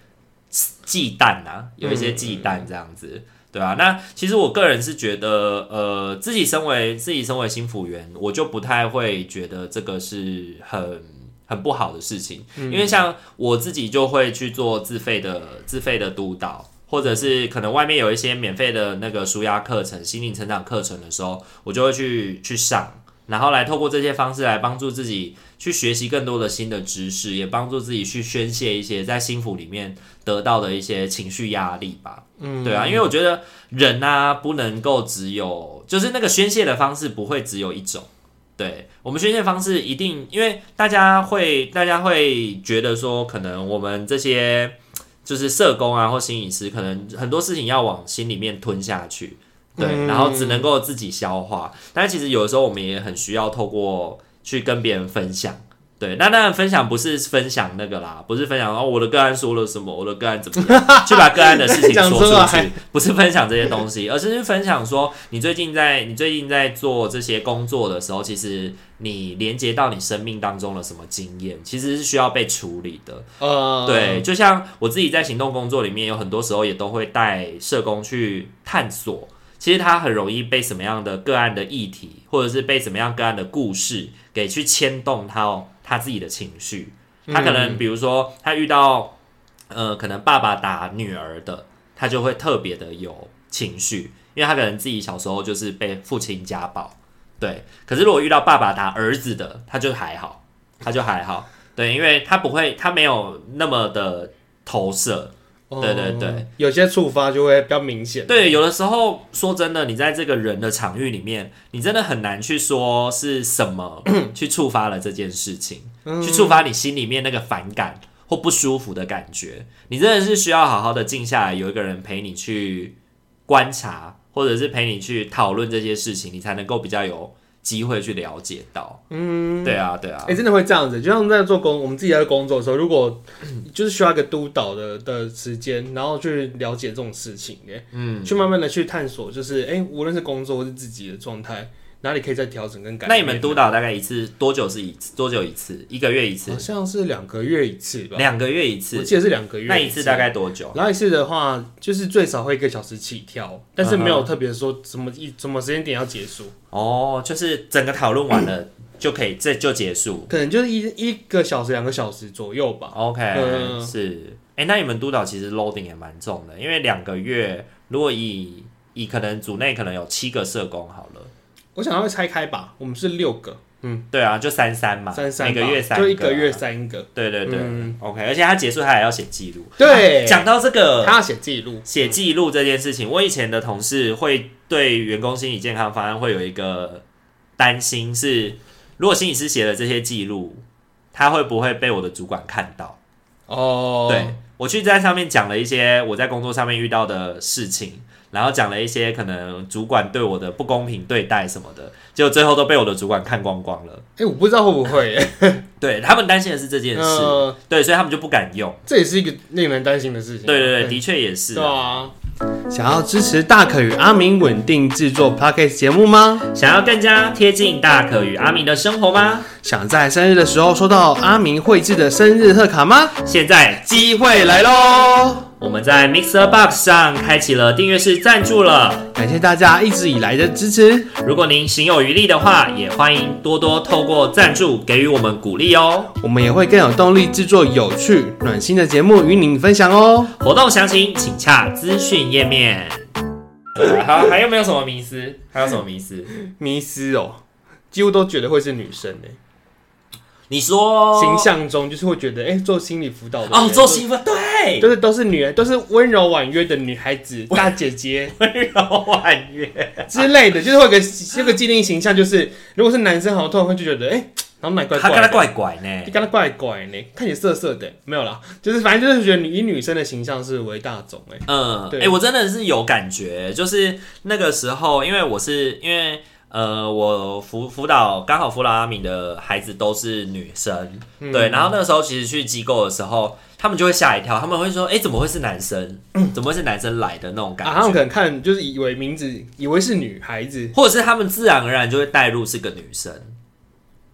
A: 忌惮啊，有一些忌惮这样子。对啊，那其实我个人是觉得，呃，自己身为自己身为新辅员，我就不太会觉得这个是很很不好的事情，因为像我自己就会去做自费的自费的督导，或者是可能外面有一些免费的那个舒压课程、心灵成长课程的时候，我就会去去上。然后来透过这些方式来帮助自己去学习更多的新的知识，也帮助自己去宣泄一些在心腹里面得到的一些情绪压力吧。
B: 嗯，
A: 对啊，因为我觉得人啊不能够只有，就是那个宣泄的方式不会只有一种。对我们宣泄方式一定，因为大家会大家会觉得说，可能我们这些就是社工啊或心理师，可能很多事情要往心里面吞下去，对，
B: 嗯
A: 然后只能够自己消化。但其实有的时候我们也很需要透过去跟别人分享。对，那当然分享不是分享那个啦，不是分享哦，我的个案说了什么，我的个案怎么样，去把个案的事情
B: 讲
A: 说
B: 出
A: 出
B: 来
A: 去，不是分享这些东西，而是分享说你最近在你最近在做这些工作的时候，其实你连接到你生命当中的什么经验，其实是需要被处理的。
B: 呃，
A: 对，，就像我自己在行动工作里面，有很多时候也都会带社工去探索。其实他很容易被什么样的个案的议题，或者是被怎么样个案的故事给去牵动他哦他自己的情绪。他可能比如说他遇到呃，可能爸爸打女儿的，他就会特别的有情绪，因为他可能自己小时候就是被父亲家暴。对，可是如果遇到爸爸打儿子的，他就还好。他就还好，对，因为他不会，他没有那么的投射。
B: 哦
A: 对对对，
B: 有些触发就会比较明显。
A: 对，有的时候说真的，你在这个人的场域里面，你真的很难去说是什么去触发了这件事情，去触发你心里面那个反感或不舒服的感觉。你真的是需要好好的静下来，有一个人陪你去观察，或者是陪你去讨论这些事情，你才能够比较有机会去了解到。嗯，对啊，对啊
B: 哎、，真的会这样子，就像在做工，我们自己在工作的时候，如果 就是需要一个督导的的时间，然后去了解这种事情，哎，
A: 嗯。
B: 去慢慢的去探索，就是哎、诶无论是工作或是自己的状态，哪里可以再调整跟改
A: 那
B: 变。
A: 你们督导大概一次多久是一次？多久一次？一个月一次
B: 好，像是两个月一次吧，
A: 两个月一
B: 我
A: 次。
B: 记得是两个月。
A: 那一次
B: 次
A: 大概多久？
B: 然后一次的话，就是最少会一个小时起跳，但是
A: 嗯
B: 没有特别说什么一什么时间点要结束，
A: 哦，就是整个讨论完了就可以，这就结束。
B: 可能就是一一个小时、两个小时左右吧。
A: OK，
B: 嗯
A: 是。哎，那你们督导其实 loading 也蛮重的，因为两个月，如果以以可能组内可能有七个社工好了，
B: 我想要会拆开吧，我们是六个，嗯，
A: 对啊，就三三嘛，
B: 三三
A: 每
B: 吧
A: 个月三
B: 就
A: 啊
B: 一个月。三个，
A: 对对对
B: 嗯
A: ，OK，而且他结束他也要写记录。
B: 对，
A: 讲到这个，
B: 他要写记录，
A: 写记录这件事情，我以前的同事会对员工心理健康方案会有一个担心是，如果心理师写了这些记录，他会不会被我的主管看到？
B: 哦，
A: 对，我去在上面讲了一些我在工作上面遇到的事情，然后讲了一些可能主管对我的不公平对待什么的，结果最后都被我的主管看光光了。
B: 哎、我不知道会不会、 欸，
A: 对他们担心的是这件事，
B: 呃，
A: 对，所以他们就不敢用。
B: 这也是一个令人担心的事情。啊
A: 对对对，的确也是
B: 对
A: 啊。
B: 啊。想要支持大可与阿明稳定制作 podcast 节目吗？
A: 想要更加贴近大可与阿明的生活吗？
B: 想在生日的时候收到阿明绘制的生日贺卡吗？
A: 现在
B: 机会来喽！
A: 我们在 Mixer Box 上开启了订阅式赞助了。
B: 感谢大家一直以来的支持，
A: 如果您行有余力的话，也欢迎多多透过赞助给予我们鼓励哦。
B: 我们也会更有动力制作有趣、暖心的节目与您分享哦。
A: 活动详情请洽资讯页面。好，还有没有什么迷思？还有什么迷思？
B: 迷失哦，几乎都觉得会是女生诶、
A: 你说
B: 形象中就是会觉得，哎、做心理辅导的
A: 哦，
B: 人
A: 做媳妇对，
B: 就是都是女，都是温柔婉约的女孩子、大姐姐
A: 温柔婉约。
B: 之类的，就是会有个这个既定形象，就是如果是男生，好像突然会就觉得，哎、然后奶怪
A: 他跟他
B: 怪的，
A: 啊怪怪呢
B: 你。跟他怪怪呢，看你色色的，没有啦，就是反正就是觉得你以女生的形象是为大众哎、
A: 嗯，哎、
B: 对
A: 我真的是有感觉，就是那个时候，因为我是因为呃，我辅辅导刚好辅导阿敏的孩子都是女生，
B: 嗯
A: 对，然后那个时候其实去机构的时候，他们就会吓一跳，他们会说，哎、怎么会是男生？ 怎么会是男生来的那种感
B: 啊，他们
A: 觉？
B: 可能看就是以为名字，以为是女孩子。
A: 或者是他们自然而然就会带入是个女生，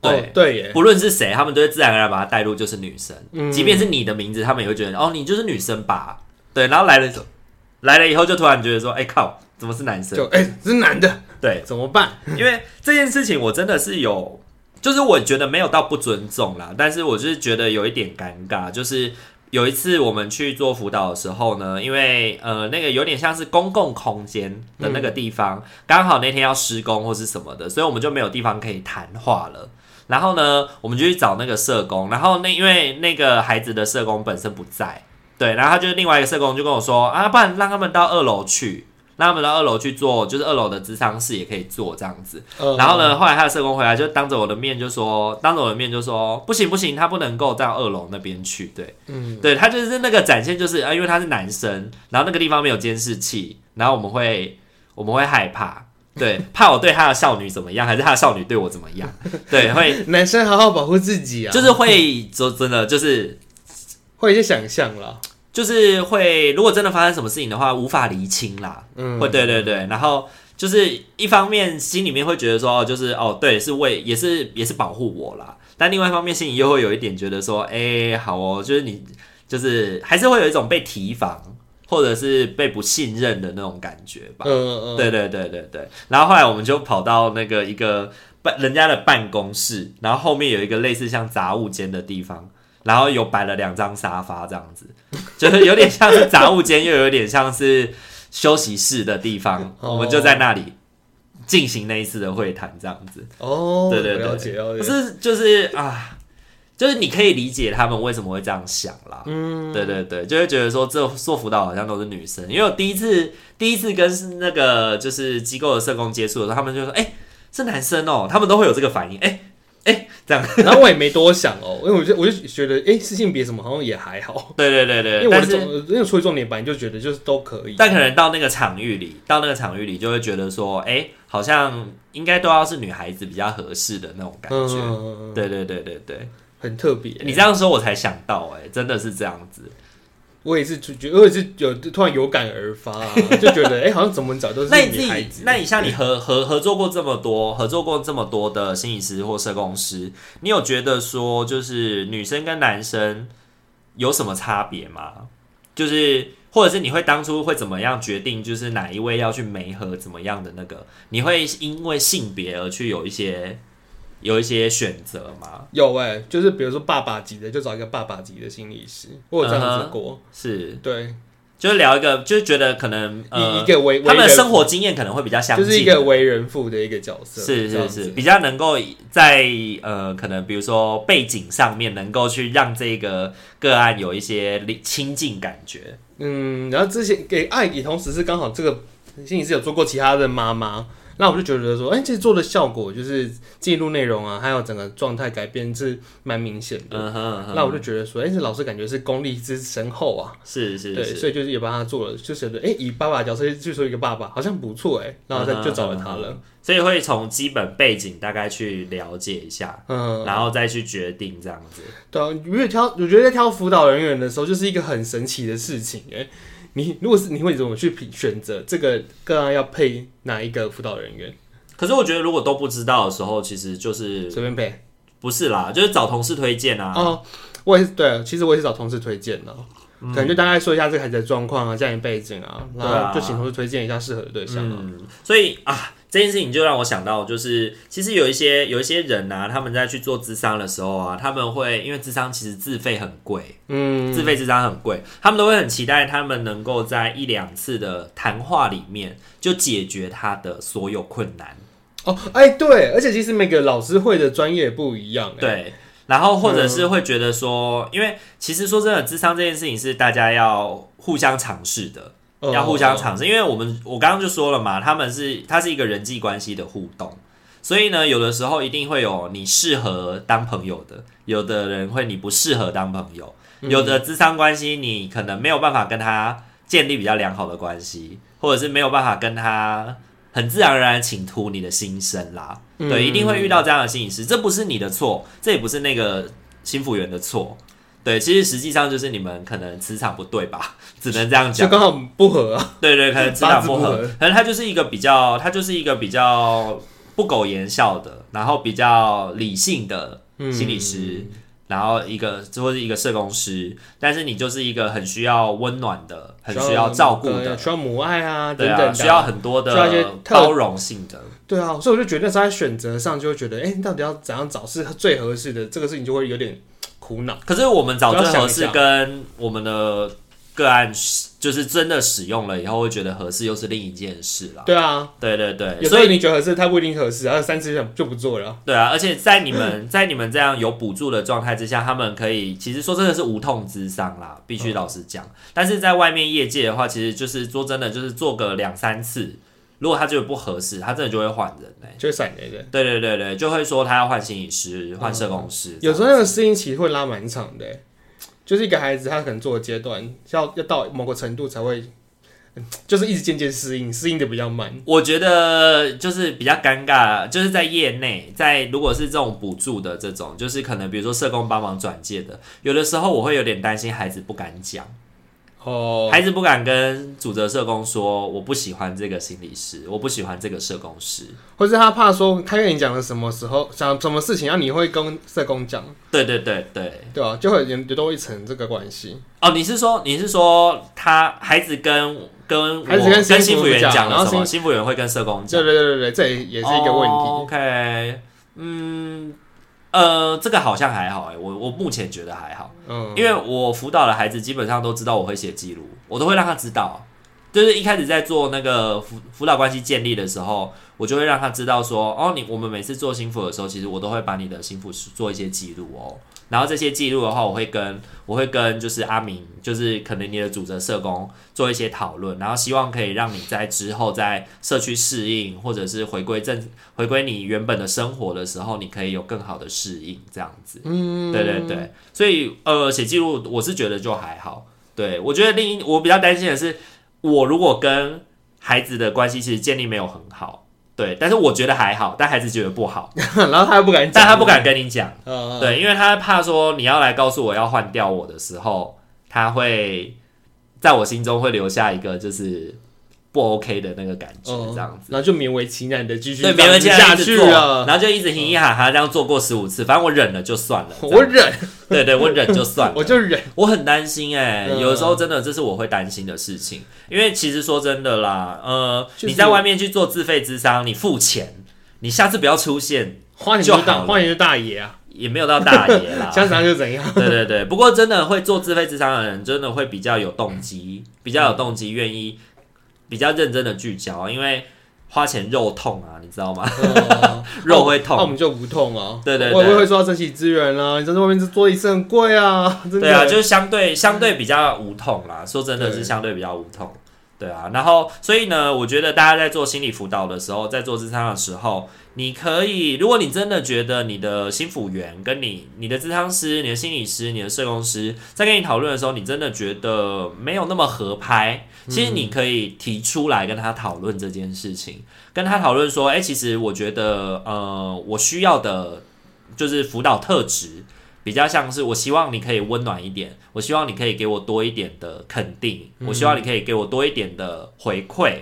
A: 对。
B: 哦、对耶，
A: 不论是谁，他们都会自然而然把它带入就是女生。
B: 嗯
A: 即便是你的名字，他们也会觉得哦，你就是女生吧？对，然后来了来了以后，就突然觉得说，哎、靠，怎么是男生
B: 就？哎、是男的
A: 对，
B: 怎么办？
A: 因为这件事情我真的是有，就是我觉得没有到不尊重啦，但是我就是觉得有一点尴尬，就是有一次我们去做辅导的时候呢，因为呃那个有点像是公共空间的那个地方，刚、好那天要施工或是什么的，所以我们就没有地方可以谈话了。然后呢，我们就去找那个社工，然后那因为那个孩子的社工本身不在，对，然后他就另外一个社工就跟我说啊，不然让他们到二楼去，让他们到二楼去做，就是二楼的咨商室也可以做这样子。
B: 呃
A: 然后？呢，后来他的社工回来就当着我的面就说，当着我的面就说，不行不行，他不能够到二楼那边去。对，
B: 嗯，
A: 对他就是那个展现就是啊，因为他是男生，然后那个地方没有监视器，然后我们会我们会害怕，对，怕我对他的少女怎么样，还是他的少女对我怎么样？对，会
B: 呃男生好好保护自己啊，
A: 就是会就真的就是
B: 会有一些想象啦。
A: 就是会，如果真的发生什么事情的话，无法厘清啦。
B: 嗯，
A: 会对对对，然后就是一方面心里面会觉得说，哦，就是哦，对，是为也是也是保护我啦，但另外一方面心里又会有一点觉得说，哎，好哦，就是你就是还是会有一种被提防或者是被不信任的那种感觉吧。
B: 嗯嗯，
A: 对对对对对，然后后来我们就跑到那个一个办人家的办公室，然后后面有一个类似像杂物间的地方，然后有摆了两张沙发这样子， 就是有点像是杂物间，又有点像是休息室的地方，
B: 哦
A: 我们就在那里进行那一次的会谈这样子。
B: 哦，
A: 对对对
B: 了解了
A: 可
B: 解。
A: 是就是啊，就是你可以理解他们为什么会这样想啦。
B: 嗯，
A: 对对对，就会觉得说这做辅导好像都是女生，因为我第一次第一次跟那个就是机构的社工接触的时候，他们就说，哎、是男生哦、他们都会有这个反应，哎、哎、这样，
B: 然后我也没多想哦，因为我就我就觉得，哎，是性别什么好像也还好，
A: 对对对
B: 因
A: 对，
B: 为我
A: 但
B: 的重
A: 是，
B: 因为我处理重点本来就觉得就是都可以。
A: 但可能到那个场域里，到那个场域里就会觉得说，哎、好像应该都要是女孩子比较合适的那种感
B: 嗯
A: 觉。
B: 嗯嗯嗯
A: 对对对对对，
B: 很特别。
A: 你这样说我才想到、哎，真的是这样子。
B: 我也是就觉，我也是有突然有感而发啊、就觉得哎、诶好像怎么找都是
A: 那你
B: 女孩
A: 自
B: 子
A: 己，。那你像你合合合作过这么多，合作过这么多的心理师或社工师，你有觉得说就是女生跟男生有什么差别吗？就是或者是你会当初会怎么样决定，就是哪一位要去媒合怎么样的那个？你会因为性别而去有一些有一些选择吗？
B: 有哎、就是比如说爸爸级的，就找一个爸爸级的心理师，我有这
A: 嗯
B: 样子
A: 哼
B: 过。
A: 是，
B: 对，
A: 就是聊一个，就是觉得可能
B: 一
A: 呃
B: 一，个为
A: 他们的
B: 为人
A: 生活经验可能会比较相
B: 就
A: 近，
B: 是一个为人父的一个角色，
A: 是
B: 这
A: 是
B: 样
A: 是，
B: 子
A: 比较能够在呃，可能比如说背景上面，能够去让这个个案有一些离亲近感觉。
B: 嗯，然后之前给爱也同时是刚好这个心理师有做过其他的妈妈，那我就觉得说，哎、其实做的效果就是记录内容啊，还有整个状态改变是蛮明显的。
A: 嗯哼嗯哼，
B: 那我就觉得说，哎、这老师感觉是功力之深厚啊。
A: 是是
B: 对，
A: 是，
B: 所以就是也帮他做了，就觉得哎、诶以爸爸角色去做一个爸爸，好像不错哎、然后再就找了他
A: 嗯
B: 了。
A: 所以会从基本背景大概去了解一下，
B: 嗯，
A: 然后再去决定这样子。
B: 对、啊，因为挑，我觉得在挑辅导人员的时候，就是一个很神奇的事情哎、诶你如果是你会怎么去评选择这个个案要配哪一个辅导人员？
A: 可是我觉得，如果都不知道的时候，其实就是
B: 随便配
A: 不是啦，就是找同事推荐啊。
B: 哦。我也是对，其实我也是找同事推荐的，可能就大概说一下这个孩子的状况啊、家庭背景啊，
A: 嗯对
B: 然
A: 啊
B: 后就请同事推荐一下适合的对象啊。
A: 嗯，所以啊，这件事情就让我想到，就是其实有一些有一些人啊，他们在去做智商的时候啊，他们会因为智商其实自费很贵，
B: 嗯，
A: 自费智商很贵，他们都会很期待他们能够在一两次的谈话里面就解决他的所有困难，
B: 哦，哎、对，而且其实每个老师会的专业不一样、哎诶
A: 对。然后，或者是会觉得说，因为其实说真的，智商这件事情是大家要互相尝试的，
B: 哦
A: 要互相尝试，因为我们我刚刚就说了嘛，他们是它是一个人际关系的互动，所以呢，有的时候一定会有你适合当朋友的，有的人会你不适合当朋友，
B: 嗯
A: 有的智商关系你可能没有办法跟他建立比较良好的关系，或者是没有办法跟他很自然而然倾吐你的心声啦，
B: 嗯
A: 对，一定会遇到这样的心理师，这不是你的错，这也不是那个心服员的错。对，其实实际上就是你们可能磁场不对吧，只能这样讲
B: 就。刚好不合啊。
A: 对对，可能磁场不
B: 八字
A: 合
B: 不合，
A: 可能他就是一个比较，他就是一个比较不苟言笑的，然后比较理性的
B: 嗯
A: 心理师，然后一个或是一个社工师，但是你就是一个很需要温暖的， 很需要照顾
B: 对
A: 的，
B: 需要母爱啊等
A: 对
B: 等
A: 啊，
B: 的，
A: 需要很多
B: 需要一些
A: 的
B: 特
A: 包容性的，
B: 对啊，所以我就觉得那时候在选择上就会觉得，哎、到底要怎样找是最合适的，这个事情就会有点苦恼。
A: 可是我们找最合
B: 不要想一
A: 适
B: 下
A: 跟我们的个案，就是真的使用了以后，会觉得合适又是另一件事啦。
B: 对啊，
A: 对对对，
B: 有时
A: 所
B: 候
A: 以
B: 你觉得合适，他不一定合适，然后三次就就不做了。
A: 对啊，而且在你们 在你们这样有补助的状态之下，他们可以其实说真的是无痛之商啦，必须老实讲。但是在外面业界的话，其实就是说真的，就是做个两三次，如果他觉得不合适，他真的就会换人嘞、
B: 就会闪雷的。
A: 对对对对，就会说他要换心理师、换社工师。
B: 有时候那个适应期会拉蛮长的欸，就是一个孩子他可能做的阶段，要要到某个程度才会，嗯就是一直渐渐适应，适应的比较慢。
A: 我觉得就是比较尴尬，就是在业内，在如果是这种补助的这种，就是可能比如说社工帮忙转介的，有的时候我会有点担心孩子不敢讲，
B: 哦，
A: 孩子不敢跟主责社工说我不喜欢这个心理师，我不喜欢这个社工师。
B: 或是他怕说他跟你讲了什么时候讲什么事情，然后你会跟社工讲，
A: 对对对对，
B: 对吧、就会有有多一层这个关系。
A: 哦，你是说你是说他孩子跟跟我
B: 孩子跟
A: 跟
B: 幸
A: 幸
B: 福
A: 福
B: 员
A: 员讲
B: 讲然
A: 了
B: 后
A: 什么？
B: 幸
A: 幸福员会跟社工讲
B: 对。对对对对，这也也是一个问题。
A: 哦 OK，嗯，呃，这个好像还好哎、我我目前觉得还好，
B: 嗯，
A: 因为我辅导的孩子基本上都知道我会写记录，我都会让他知道。就是一开始在做那个辅辅导关系建立的时候，我就会让他知道说，哦，你我们每次做心腹的时候，其实我都会把你的心腹做一些记录哦。然后这些记录的话，我会跟我会跟就是阿明，就是可能你的主责社工做一些讨论，然后希望可以让你在之后在社区适应，或者是回归正回归你原本的生活的时候，你可以有更好的适应这样子。嗯，对对对，所以呃，写记录我是觉得就还好。对我觉得另一我比较担心的是，我如果跟孩子的关系其实建立没有很好，对，但是我觉得还好，但孩子觉得不好，
B: 然后他又不敢讲，
A: 但他不敢跟你讲。
B: 嗯，嗯，
A: 对，因为他怕说你要来告诉我要换掉我的时候，他会在我心中会留下一个就是不 OK 的那个感觉，
B: 嗯
A: 这样子。
B: 然后就勉为其难的继续
A: 对，
B: 这
A: 没
B: 样
A: 人
B: 子
A: 这样
B: 下啊
A: 一直
B: 去
A: 做
B: 了。
A: 然后就一直嘻嘻哈哈这样做过十五次，反正我忍了就算了。
B: 我忍，
A: 对对，我忍就算了。
B: 我就忍。
A: 我很担心哎、
B: 嗯
A: 有时候真的这是我会担心的事情，因为其实说真的啦，呃，
B: 就是
A: 你在外面去做自费智商，你付钱，你下次不要出现，
B: 花钱就
A: 就好
B: 大，
A: 了
B: 花钱就大爷啊，
A: 也没有到大爷 啦。
B: 想怎样就怎样。
A: 对对对，不过真的会做自费智商的人，真的会比较有动机，
B: 嗯
A: 比较有动机，愿意比较认真的聚焦，因为花钱肉痛啊，你知道吗？
B: 嗯
A: 肉会
B: 那我
A: 痛。
B: 们就无痛啊。
A: 对对对
B: 我也会说到珍惜资源啊，你在这外面做一次很贵啊，真的。
A: 对啊，就是相对相对比较无痛啦，说真的
B: 对
A: 是相对比较无痛。对啊，然后所以呢，我觉得大家在做心理辅导的时候，在做智商的时候，你可以，如果你真的觉得你的心辅员跟你、你的智商师、你的心理师、你的社工师在跟你讨论的时候，你真的觉得没有那么合拍，其实你可以提出来跟他讨论这件事情，跟他讨论说，哎、其实我觉得，呃，我需要的就是辅导特质。比较像是我希望你可以温暖一点，我希望你可以给我多一点的肯定，我希望你可以给我多一点的回馈，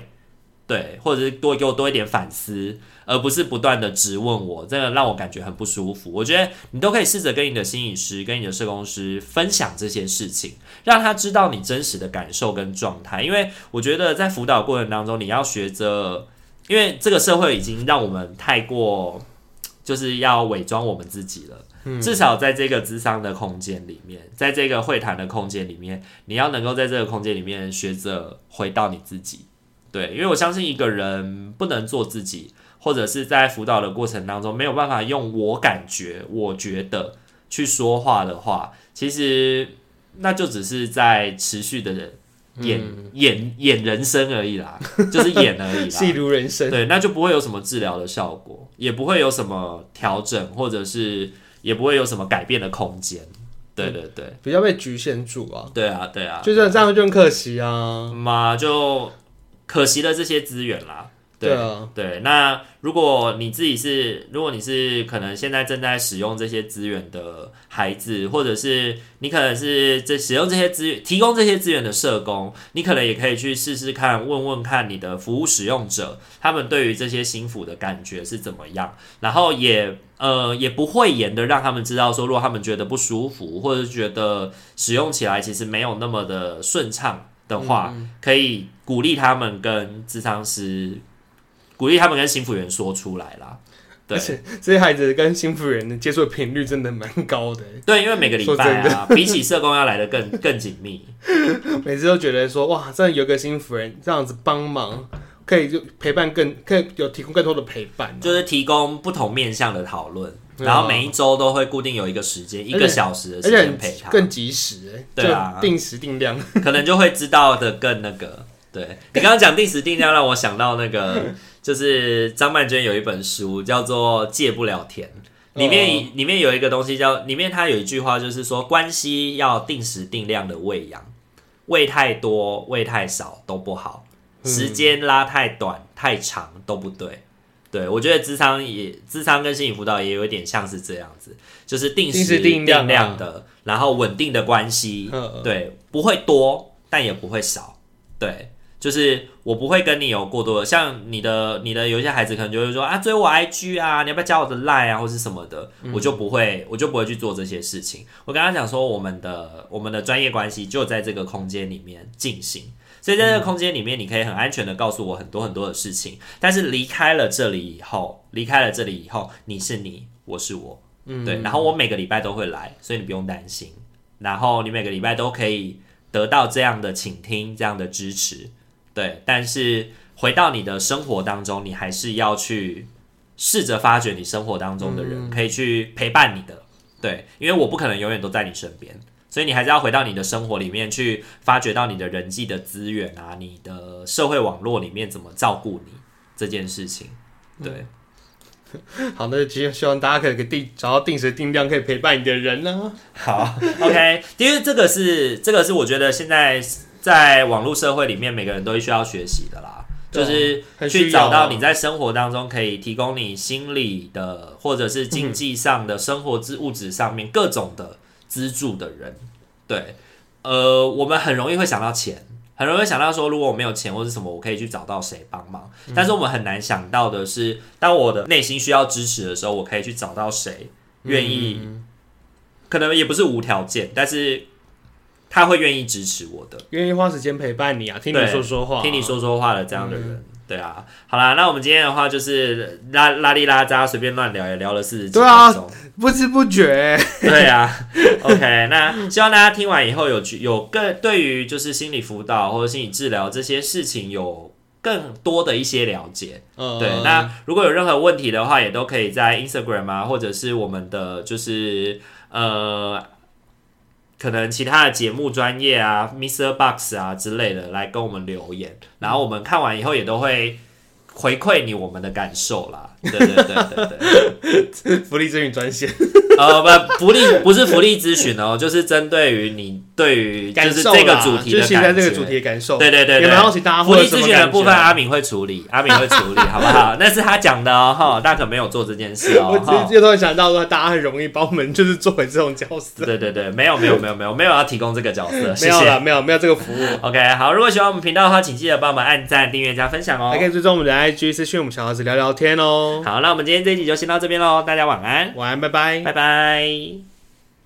A: 对，或者是多给我多一点反思，而不是不断的质问我，真的让我感觉很不舒服。我觉得你都可以试着跟你的心理师、跟你的社工师分享这些事情，让他知道你真实的感受跟状态。因为我觉得在辅导过程当中，你要学着，因为这个社会已经让我们太过就是要伪装我们自己了。至少在这个智商的空间里面，在这个会谈的空间里面，你要能够在这个空间里面学着回到你自己。对，因为我相信一个人不能做自己，或者是在辅导的过程当中没有办法用我感觉、我觉得去说话的话，其实那就只是在持续的演、演演人生而已啦，就是演而 已啦。
B: 戏如人生。
A: 对，那就不会有什么治疗的效果，也不会有什么调整，或者是也不会有什么改变的空间。对对对，
B: 比较被局限住啊，
A: 对啊对啊，嗯
B: 就是这样就很可惜啊。
A: 嘛就可惜了这些资源啦。
B: 对啊，
A: 对，那如果你自己是，如果你是可能现在正在使用这些资源的孩子，或者是你可能是这使用这些资源、提供这些资源的社工，你可能也可以去试试看，问问看你的服务使用者，他们对于这些心腹的感觉是怎么样，然后也呃也不讳言的让他们知道说，如果他们觉得不舒服，或者是觉得使用起来其实没有那么的顺畅的话，可以鼓励他们跟咨商师鼓励他们跟心服员说出来啦。对
B: 而且这些孩子跟新福人的接触的频率真的蛮高的，欸
A: 对，因为每个礼
B: 说
A: 拜
B: 真
A: 啊， 比起社工要来的更 更紧密。
B: 每次都觉得说哇，真的有个新福人这样子帮忙，可以就陪伴更，可以有提供更多的陪伴、啊，
A: 就是提供不同面向的讨论，
B: 嗯
A: 然后每一周都会固定有一个时间，一个小时的
B: 而
A: 时
B: 且
A: 间
B: 很
A: 陪他，
B: 更及时、欸，
A: 对啊
B: 就定时定量，
A: 可能就会知道的更那个。对你刚刚讲定时定量，让我想到那个， 就是张曼娟有一本书叫做《戒不了甜》，里
B: 哦
A: 面里面有一个东西叫，里面它有一句话就是说，关系要定时定量的喂养，喂太多、喂太少都不好，
B: 嗯
A: 时间拉太短、太长都不对。对，我觉得智商也智商跟心理辅导也有一点像是这样子，就是定
B: 定
A: 时
B: 时定量啊
A: 的，然后稳定的关系，
B: 嗯
A: 对，不会多，但也不会少，对。就是我不会跟你有过多的，像你的你的有一些孩子可能就会说啊追我 IG 啊，你要不要加我的 Line 啊，或是什么的，
B: 嗯
A: 我就不会我就不会去做这些事情。我刚刚讲说我们的我们的专业关系就在这个空间里面进行，所以在这个空间里面，你可以很安全的告诉我很多很多的事情。但是离开了这里以后，离开了这里以后，你是你，我是我，
B: 嗯，
A: 对。然后我每个礼拜都会来，所以你不用担心。然后你每个礼拜都可以得到这样的倾听，这样的支持，对。但是回到你的生活当中，你还是要去试着发掘你生活当中的人，可以去陪伴你的，对。因为我不可能永远都在你身边。所以你还是要回到你的生活里面去，发掘到你的人际的资源啊，你的社会网络里面怎么照顾你这件事情。对，
B: 好的，其实希望大家可以给定找到定时定量可以陪伴你的人呢、
A: 好 ，OK，因为这个是这个是我觉得现在在网络社会里面每个人都需要学习的啦，
B: 对
A: 就
B: 啊
A: 是
B: 很需
A: 去
B: 要啊
A: 找到你在生活当中可以提供你心理的或者是经济上的、生活之物质上面各种的资助的人。对，呃，我们很容易会想到钱。很容易会想到说，如果我没有钱或是什么，我可以去找到谁帮忙。
B: 嗯
A: 但是我们很难想到的是，当我的内心需要支持的时候，我可以去找到谁愿
B: 嗯
A: 意可能也不是无条件，但是他会愿意支持我的，
B: 愿意花时间陪伴你啊，听你
A: 对
B: 说说话、
A: 听你。说说话的这样的人。对啊，好啦，那我们今天的话就是拉拉里拉扎随便乱聊，也聊了四十几
B: 对啊
A: 分钟。
B: 不知不觉、
A: 对啊，OK，那希望大家听完以后有去有更对于就是心理辅导或者心理治疗这些事情有更多的一些了解。
B: 呃
A: 对，那如果有任何问题的话，也都可以在 Instagram 啊，或者是我们的就是呃，可能其他的节目专业啊，Mr. Box 啊之类的来跟我们留言，然
B: 嗯
A: 后我们看完以后也都会回馈你我们的感受啦。对对对对对。
B: 福利咨询专线，
A: 呃，不，福利不是福利咨询哦，就是针对于你对于就
B: 感
A: 是
B: 受
A: 这个
B: 啦
A: 主题
B: 就
A: 的
B: 是现在
A: 感
B: 这
A: 觉。
B: 个主题的感受。
A: 对对对
B: 也
A: 对
B: 蛮。好奇大家
A: 福
B: 会有
A: 利
B: 什么
A: 咨询的
B: 感
A: 部分，啊
B: 觉啊
A: 阿敏会处理，阿敏会处理，好不好？那是他讲的哦，哈，大可没有做这件事哦
B: 我，直
A: 哈。
B: 接突然想到说，大家很容易把我们就是做回这种角色。
A: 对对对，没有没有没有没有没有要提供这个角色，
B: 没
A: 谢
B: 有
A: 谢。
B: 了，没有没有这个服务，啊
A: OK，好，如果喜欢我们频道的话，请记得帮我们按赞、订阅、加分享哦
B: 还。可以追踪我们的 IG 私讯我们小孩子聊聊天哦。
A: 好，那我们今天这一集就先到这边喽，大家晚安，
B: 晚安，拜拜。
A: 拜拜。